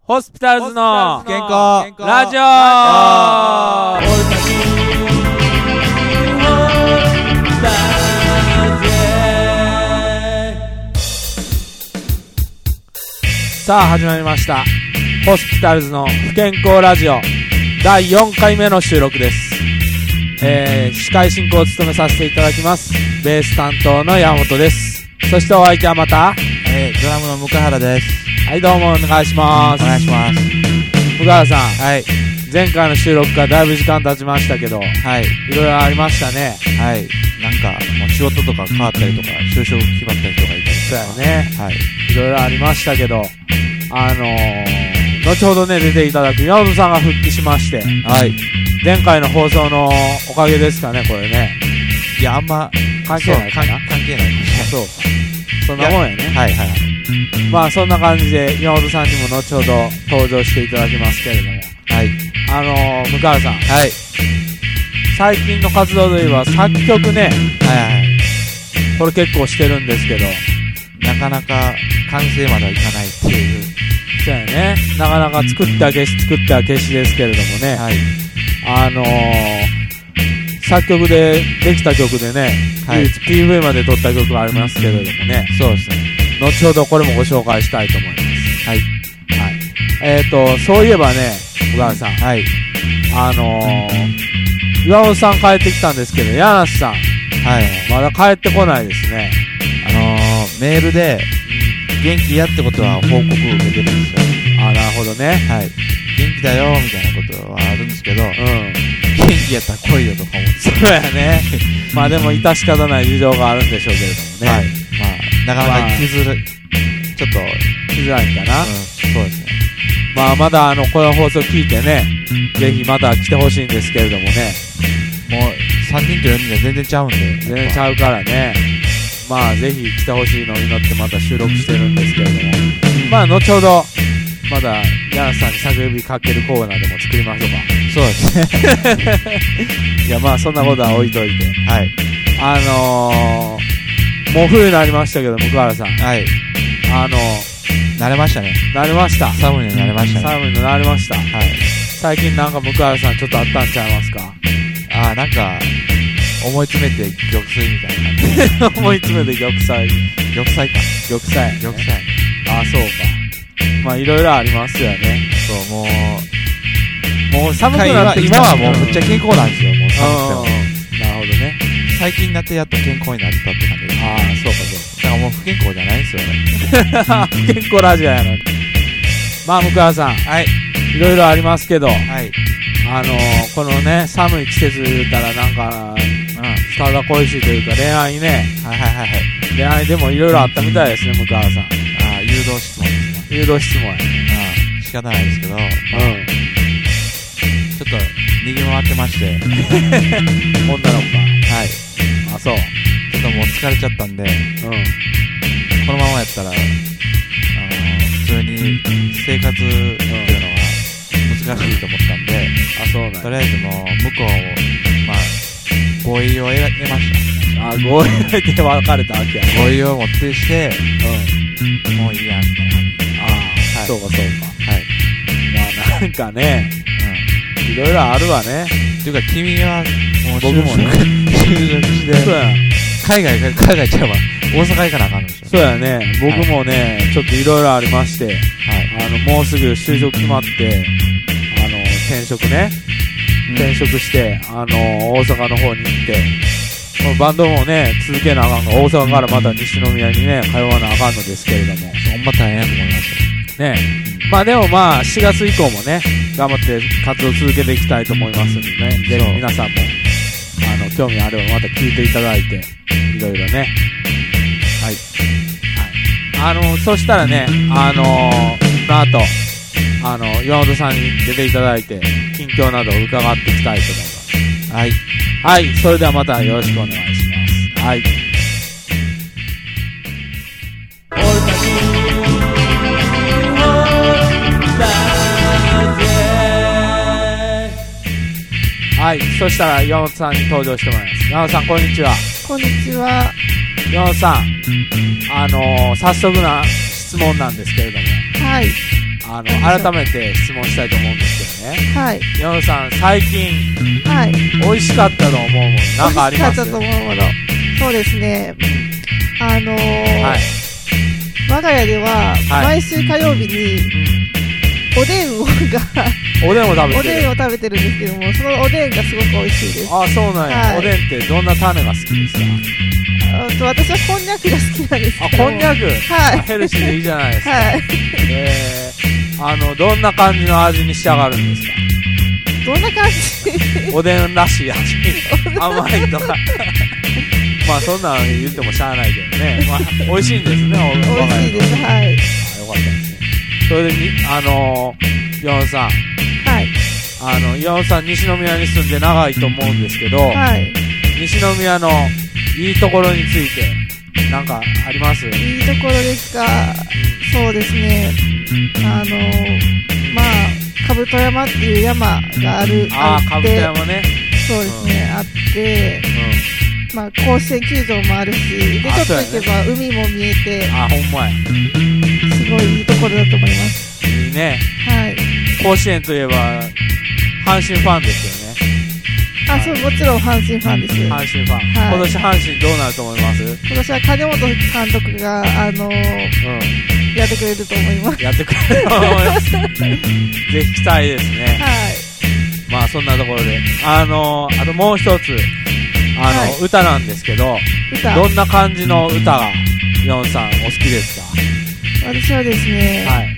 ホスピタルズの健康ラジオさあ始まりましたホスピタルズの不健康ラジオ第4回目の収録です、えー、司会進行を務めさせていただきますベース担当の山本ですそしてお相手はまたえー、ドラムの向原です。はいどうもお願いしまおす願いします。福川さんはい。前回の収録からだいぶ時間経ちましたけどいはい。ろいろありましたねはい。なんか、もう仕事とか変わったりとか、就職決まったりとかいたりそうやねはい。いろいろありましたけどあのー、後ほどね出ていただく山本さんが復帰しましてはい。前回の放送のおかげですかねこれねいや、あんま、関係ないかそうな関関係ない。そうそんなもんやねはいはいはい。まあそんな感じで山本さんにも後ほど登場していただきますけれどもはい。あのー、向川さんはい。最近の活動でいえば作曲ねはいはい。これ結構してるんですけどなかなか完成まではいかないっていう。そうやねなかなか作っては消し作っては消しですけれどもねはい。あのー、作曲でできた曲でね、はい唯一 PV まで撮った曲がありますけれどもねそうですね。後ほどこれもご紹介したいと思いますはい。はいえっ、とそういえばね小川さんはい。あのー、岩尾さん帰ってきたんですけど柳瀬さんはい。まだ帰ってこないですねあのー、メールで、元気やってことは報告を受けてるんですよ。あなるほどねはい。元気だよ、みたいなことはあるんですけど、う元ん気やったら来いよとか思って。そうやねまあでも致し方ない事情があるんでしょうけれどもね、はい。まあ、なかなか行きづらい。ちょっと、しづらいんかな、うん、そうですね。まあまだあのこの放送聞いてねぜひまた来てほしいんですけれどもねもう、3人と4人が全然ちゃうんで。全然ちゃうからねまあぜひ来てほしいのを祈ってまた収録してるんですけれどもまあ後ほどまだ柳瀬さんに作指かけるコーナーでも作りましょう かそうですね。いやまあそんなことは置いといてはい。あのー、もう冬になりましたけど向原さんはい。あのー、慣れましたね。なりました寒いのに慣れましたね。寒いのなりましたはい。最近なんか向原さんちょっとあったんちゃいますか ああ、なんか、思い詰めて玉砕みたいな感じ。思い詰めて玉砕玉砕か。玉砕やね玉砕。あそうかまあいろいろありますよねそう、もう、もう寒く今なってきた今はもうむっちゃ健康なんですよ、もう寒くても。うんなるほどね最近になってやっと健康になったって感じです。ああそうかそだからもう不健康じゃないんですよね。うか健康ラジオやのにまあ向川さんはい。いろいろありますけどはい。あのー、このね寒い季節言うたらなんかうん。はい体恋しいというか恋愛ねはいはいはい。恋愛でもいろいろあったみたいですね向川さんああ、誘導質問ですね。誘導質問やうん、仕方ないですけど、ちょっと逃げ回ってまして、はい。うん女の子ちかあそうょっともう疲れちゃったんで、うんこのままやったら、あの普通に生活っていうのは難しいと思ったんで、あそうなんとやりあえずもう向こうを、まあ、合意を得得ましあ合意 で別れたわけやた。合意を持ってして、うんもういいや、みたいな。ああ、はいそうかそうか。はい。まあなんかね、ういろいろあるわね。ん。っていうか、君は、もう僕もね 就職し そてう、や、海外、海外ちゃうわ。大阪行かなあかんのでしょ。そうやね。僕もね、ちょっといろいろありまして、はい。あの、もうすぐ就職決まって、あの、転職ね、転職して、あの、大阪の方に行って、このバンドもね、続けなあかんが、大阪からまた西宮にね、通わなあかんのですけれども、ほんま大変やと思いますよ。ね。まあでもまあ、4月以降もね、頑張って活動続けていきたいと思いますんでね、ぜそひう皆さんも、あの、興味あればまた聞いていただいて、いろいろね。はい。はい。あの、そしたらね、あのー、この後、あの、岩本さんに出ていただいて、近況などを伺っていきたいと思います。はい。はい。それではまたよろしくお願いします。はい。はい、そしたら岩本さんに登場してもらいます。岩本さん、こんにちは。こんにちは。岩本さん、あのー、早速な質問なんですけれども、はい。あの改めて質問したいと思うんですけどねはい山本さん最近はい美味しかったと思うものなんかあります美味しかったと思うものそうですねあのーはい、我が家でははい毎週火曜日におでんをがおでんを食べおてでんるを食べてるんですけどもそのおでんがすごく美味しいですあそうなんや、はいおでんってどんな種が好きですかあと私はこんにゃくが好きなんですあけどこんにゃく、はいヘルシーでいいじゃないですか、はいえー、あのどんな感じの味に仕上がるん ですかどんな感じおでんらしい味甘いと かまあそんなの言ってもしゃあないけどね、まあ、美味しいんですねお美我が味し家いですはいあよかったですねそれでにあのー、岩尾さんはいあの岩尾さん西宮に住んで長いと思うんですけど、はい西宮のいいところについてなんかありますうんいいところですかそうですねあのまあ兜山っていう山があるあああっ兜て山ね、そうですね、あってうまあ甲子園球場もあるしであちょっとそうやね行けば海も見えてん、あほんまやすごいいいところだと思いますいいねはい甲子園といえば阪神ファンですよねあそうもちろん阪神ファンです阪神ファン、はい今年阪神どうなると思いますうん今年は金本監督があのやってくれると思いますやってくれると思います ぜひ期待ですねはいまあそんなところで、あのーあともう一つ、あの、はい歌なんですけど、歌どんな感じの歌が、ヨンさんお好きですか私はですね、はい。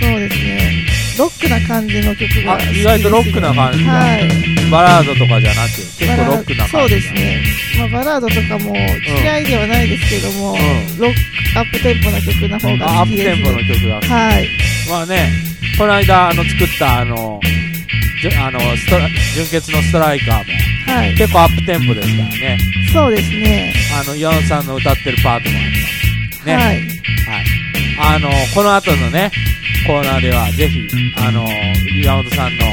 そうですねロックな感じの曲があ好きです、ね、意外とロックな感じだはいバラードとかじゃなく、結バ構ラロックな感じ。そうです。ね、まあ、バラードとかも嫌いではないですけども、んロックアップテンポな曲の方あがア好ッきプでテす、ンポの曲が。はいまあね、この間、あの、作った、あの、じゅあの、ストラ、純潔のストライカーも、はい結構アップテンポですからね、そうですねあの、ヨンさんの歌ってるパートもあります。ね。はいはい。あの、この後のね、コーナーでは、ぜひ、あの、岩本さんの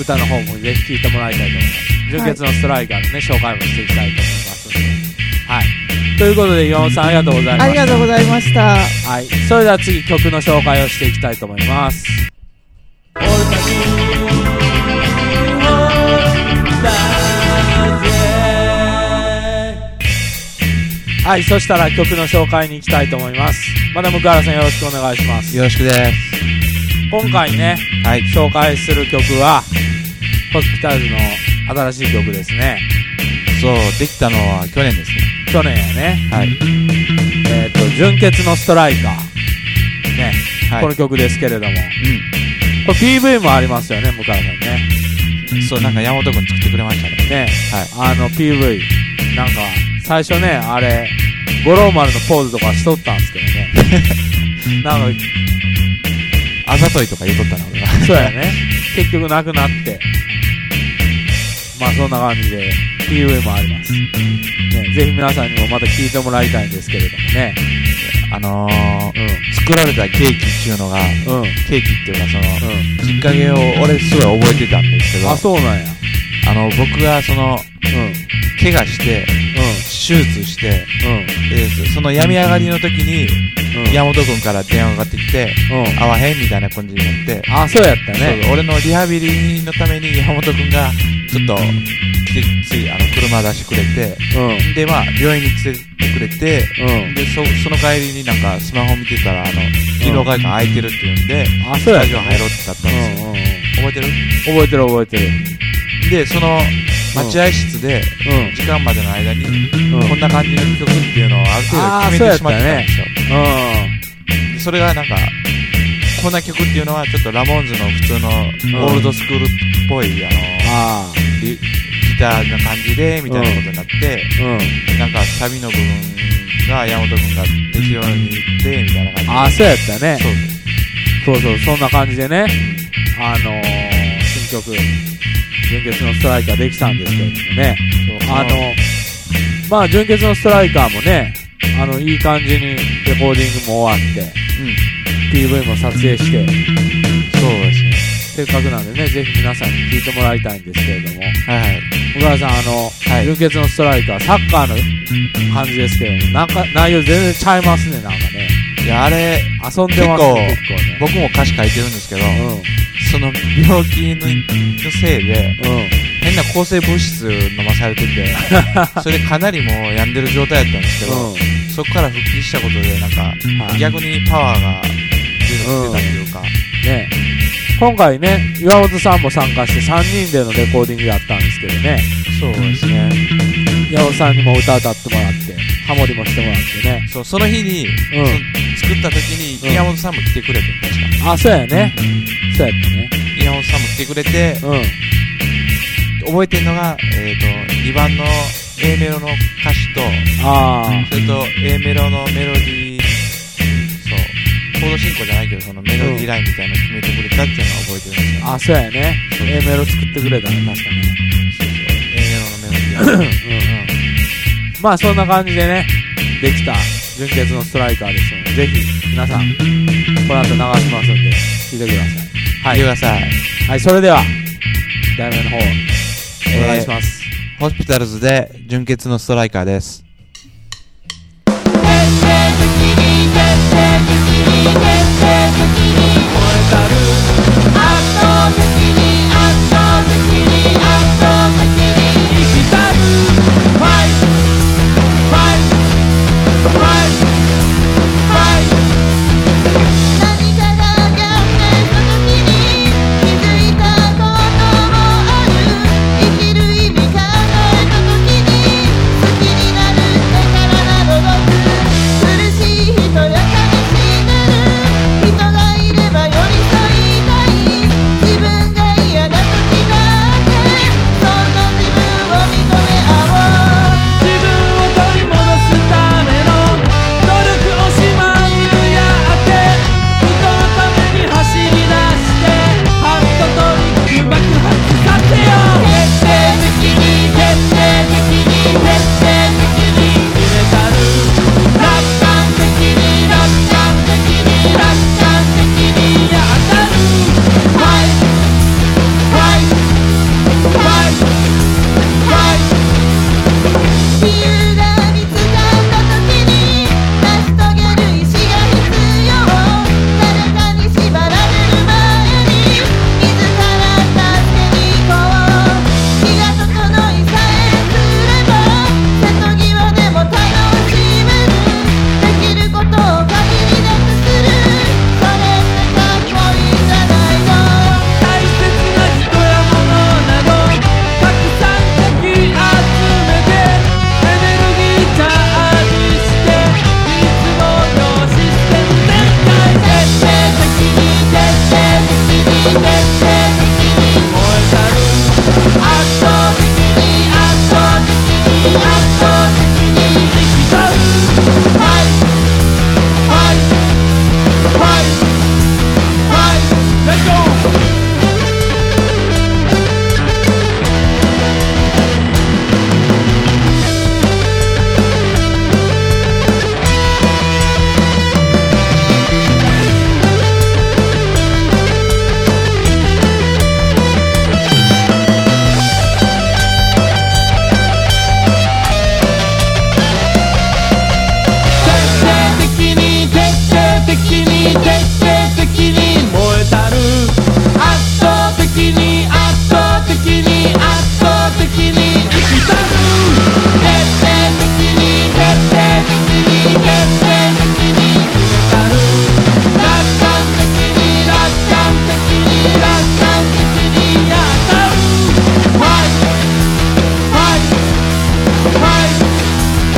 歌の方もぜひ聴いてもらいたいと思います。純潔のストライカーのね、紹介もしていきたいと思いますので。はい。ということで、岩本さんありがとうございまあした。りがとうございましたはい。それでは次、曲の紹介をしていきたいと思います。俺たちはい、そしたら曲の紹介に行きたいと思います。マダムクアラさんよろしくお願いします。よろしくです。今回ね、はい。紹介する曲は、ホスピタルズの新しい曲ですね。そう、できたのは去年ですね。去年やね、はい。えっ、と、純潔のストライカー。ね、はい。この曲ですけれども。これ PV もありますよね、向井さんね。うん。そう、なんか山本くん作ってくれましたね。ね、はい。あの PV、なんか、最初ね、あれ、五郎丸のポーズとかしとったんですけどね。なんか、あざといとか言うとったな、俺は。そうやね。結局なくなって。まあそんな感じで、PV もあります。ね、ぜひ皆さんにもまた聞いてもらいたいんですけれどもね。あのー、作られたケーキっていうのが、うん、うん、ケーキっていうかその、うきっかけを俺すごい覚えてたんですけん。ど、あ、そうなんや。あの、僕がその、うん、怪我して、手術して、でその病み上がりの時に、うん、うん。山本くんから電話がかかってきて、うん。会わへんみたいな感じになって、あ、そうやったそうね。俺のリハビリのために山本くんが、ちょっと、来て、つい、あの、車出してくれて、うん、で、まあ、病院に連れてくれて、うん。で、そ、その帰りになんか、スマホ見てたら、あの、医療会館空いてるって言うんで、あ、そスうやっタジたオね入ろうってなったうんですよ。ん、うん、うん。覚えてる覚えてる覚えてる。で、その、待合室で、うん。時間までの間に、うんこんな感じの曲っていうのをある程度決めてしまってたんですよ。うでそれがなんか、こんな曲っていうのは、ちょっとラモーンズの普通のオールドスクールっぽい、あの、ん。ああ。ギターな感じで、みたいなことになって、うん。なんかサビの部分が山本君が適当に言って、みたいな感じで。ああ、そうやったね。そうそうそう、そんな感じでね。あのー、新曲、純潔のストライカーできたんですけれどもね。そうあの、まあ、純潔のストライカーもね、あの、いい感じにレコーディングも終わって、うん。 PV も撮影して、そうですね。せっかくなんでね、ぜひ皆さんに聴いてもらいたいんですけれども。はいはい。小川さん、あの、はい純潔のストライカー、サッカーの感じですけども、なんか、内容全然ちゃいますね、なんかね。いや、あ遊れ、んでますね、結結構ね。僕も歌詞書いてるんですけど、その病気ののせいで、うん。うん。変な抗生物質飲まされて て、それでかなりもう病んでる状態だったんですけど、うそこから復帰したことで、なんか、ん。はい逆にパワーが出る出たというか、ね今回ね、岩本さんも参加して3人でのレコーディングだったんですけどね、そうですね。岩本さんにも歌歌ってもらって、ハモリもしてもらってね。そう、その日に、そ作った時に、うん宮本さんも来てくれて、確か。あ、そうやね。そうやってね。宮本さんも来てくれて、うん。覚えてるのが、えっ、と、2番の A メロの歌詞と、ああ、それと A メロのメロディー、そう、コード進行じゃないけど、そのメロディーラインみたいなの決めてくれたっていうのは覚えてるんですよ。あ、そうやね。そう A メロ作ってくれたね、確かね。そうそう、A メロのメロディーライン。うん。まあ、そんな感じでね、できた純潔のストライカーですので、ぜひ、皆さん、この後流しますんで、聞いてくださはい。言ってください。い。はい、それでは、題名の方、お願いします。ホスピタルズで、純血のストライカーです。 「涙が上がった時に気づいたこともある」「生きる意味考えた時に好きになるんだからなの僕」「苦しい人や悲しんでる人がいれば寄り添いたい」「自分が嫌な時だってそんな自分を認め合おう」自分を取り戻すための努力をしまいるやって人のために走り出してハットトリック爆発させよう徹底的に徹底的に徹底的に決めたる楽観的に楽観的に楽観的にやったる Fight! Fight! Fight! Fight! 理由が見つかった時に成し遂げる意志が必要誰かに縛られる前に自ら助けに行こう気が整いさえすれば瀬戸際でも楽しめるできることを限りなくするそれってかっこいいんじゃないの大切な人や物などたくさんかき集めてエネルギーチャージしていつものシステム展開徹底的に徹底的に徹底的に燃えたる圧倒的に圧倒的に圧倒的に生きたるファイトファイトファイトファイトレッツゴー徹底的に徹底的に徹底的に燃えたる圧倒的に圧倒的に圧倒的に生きたる徹底的に徹底的に徹底的に消えたる楽観的に楽観的に楽観的にやったるファイトファイトファイト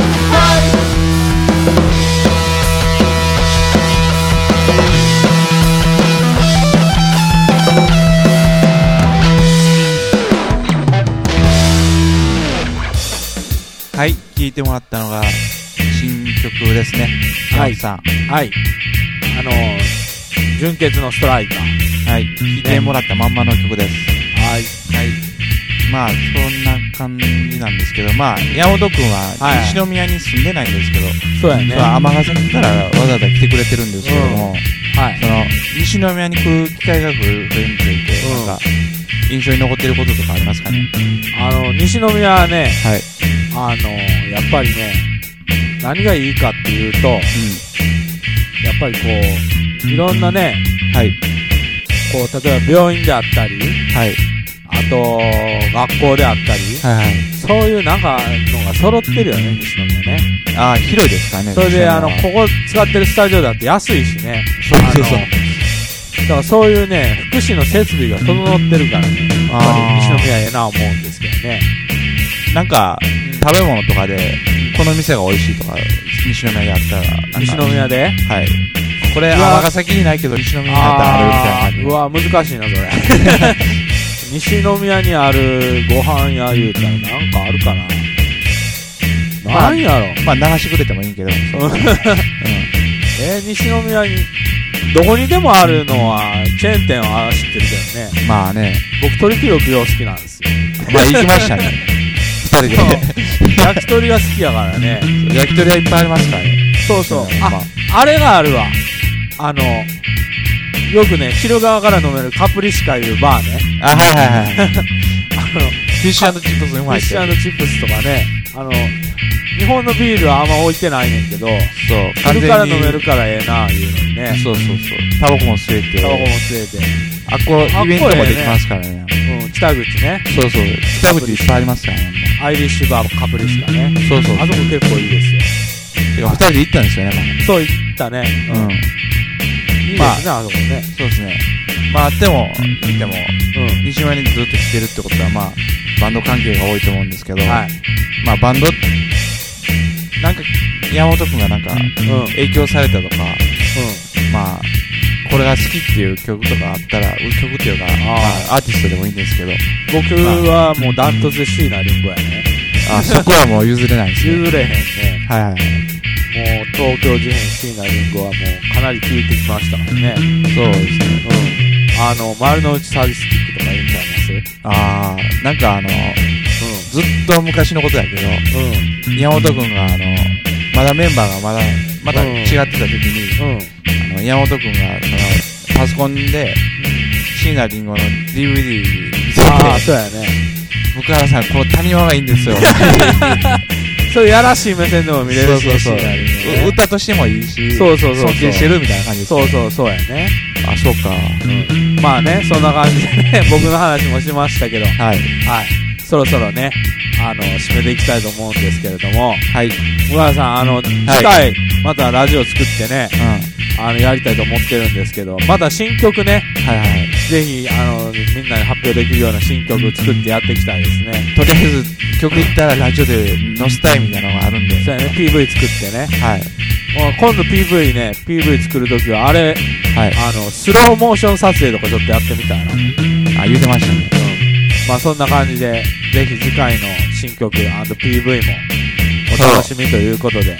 ファイトはい、聴いてもらったのが、新曲ですね。ははいい。さん。はい。あのー、純潔のストライカー。はい。聴いてもらったまんまの曲です。はい。はい。まあ、そんな感じなんですけど、まあ、山本くんは、はい西宮に住んでないんですけど、そうやね。まあ、天ヶ崎からわざわざ来てくれてるんですけども、はい。その、西宮に来る機会が増えるについて、うんなんか、印象に残ってることとかありますかねあの、西宮はね、はい。あのー、やっぱりね、何がいいかっていうと、うやっぱりこう、いろんなね、はい。こう、例えば病院であったり、はい。あと、学校であったり、はいはい。そういうなんかのが揃ってるよね、西宮ね。ああ、広いですかね。それで、あの、こここ使ってるスタジオだって安いしね。そうそうそうあのだからそういうね、福祉の設備が整ってるからね、やっぱり西宮ええな思うんですけどね。なんか、食べ物とかで、この店が美味しいとか、西宮であったら、なんか西宮ではい。これ、うわ尼崎にないけど、西宮にあったらあるみたいな感じうわ、難しいな、それ。 西宮にあるご飯屋言うたらなんかあるかな。まなあんやろ。 まあ、流してくれてもいいけど、そう。えー西宮に、どこにでもあるのは、チェーン店は知ってるけどね。まあね、僕、鳥貴族よう好きなんですよ。まあ、行きましたね。二人で。焼き鳥が好きやからね。 焼き鳥はいっぱいありますからね。そうそう。あ、まああれがあるわ。あの、よくね、昼側から飲めるカプリシカいうバーね。あ、はいはい はあい。の、フィッシュチップスフうィまいッっシて。ュチップスとかね、あの、日本のビールはあんま置いてないねんけど、そう、完昼から飲め全るに。からええなあいうのにね、そうそうそう。タバコも吸えて。タバコも吸えて、あっこ、イベントもできますからね。うん、北口ね、そうそう。北口いっぱいありますからね。アイリッシュバーもカプリシカね、そうそう。あそこ結構いいですよ。てか二人で行ったんですよね、そういったね、まあ。うん。いいですね、あそこね。そうですね。まあ、でも、でも、うん。西村にずっと来てるってことは、まあ、バンド関係が多いと思うんですけど、はい。まあ、バンド、なんか、山本くんがなんか、うん。うん。影響されたとか、まあ、これが好きっていう曲とかあったら、曲っていうか、まあ、アーティストでもいいんですけど、僕はもうダントツで椎名林檎やね。あ、そこはもう 譲れないですね。譲れへんね。はいはいはい。もう東京事変椎名林檎はもうかなり聞いてきましたからね。そうですね。うん。あの、丸の内サディスティックとか言うんちゃいあー、なんかあの、まずっと昔のことやけど、すうん。山本くんが、あの、まだメンバーがまだ、まだ違ってた時に、うん。うん。あの山本くんがそのパソコンで椎名林檎の DVD 見せああ、てそうやね。 「福原さんこの谷間がいいんですよ」 そういうやらしい目線でも見れるし、そうそうそうう歌としてもいいしそうそうそう尊敬してるみたいな感じですそうそうそうやね。あそうかまあね、そんな感じでね、僕の話もしましたけど、はいはい。そろそろね、あの、締めていきたいと思うんですけれども、はい、小川さん、あの、次回、またラジオ作ってね、うん、はあの、やりたいと思ってるんですけど、また新曲ね、いはいはいぜひ、あの、みんなに発表できるような新曲作ってやっていきたいですね。とりあえず曲いったらラジオで載せたいみたいなのがあるんでそうやね、PV 作ってね。はいもう今度 PV ね、PV 作るときは、あれ、はいあの、スローモーション撮影とかちょっとやってみたいな。あ言うてましたねまあそんな感じで、ぜひ次回の新曲 &PV もお楽しみということで。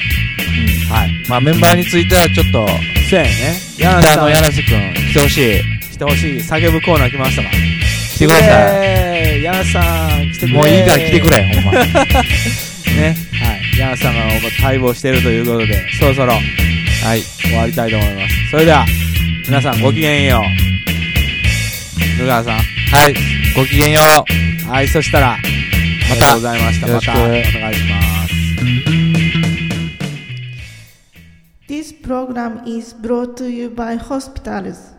はい。まあメンバーについてはちょっとせやね。あ柳瀬さのん、柳瀬くん来てほしい来てほしい。叫ぶコーナー来ましたから。来てくださいい。柳瀬さん、来てくれもういいから来て く。れほんまはね。はい。柳瀬さんが待望しているということで、そろそろい終わりたいと思います。それでは、皆さんごきげんよう。野川さん。はいごきげんようはい、そしたら、また、ございました。よまろしくた、お願いします。 This program is brought to you by hospitals.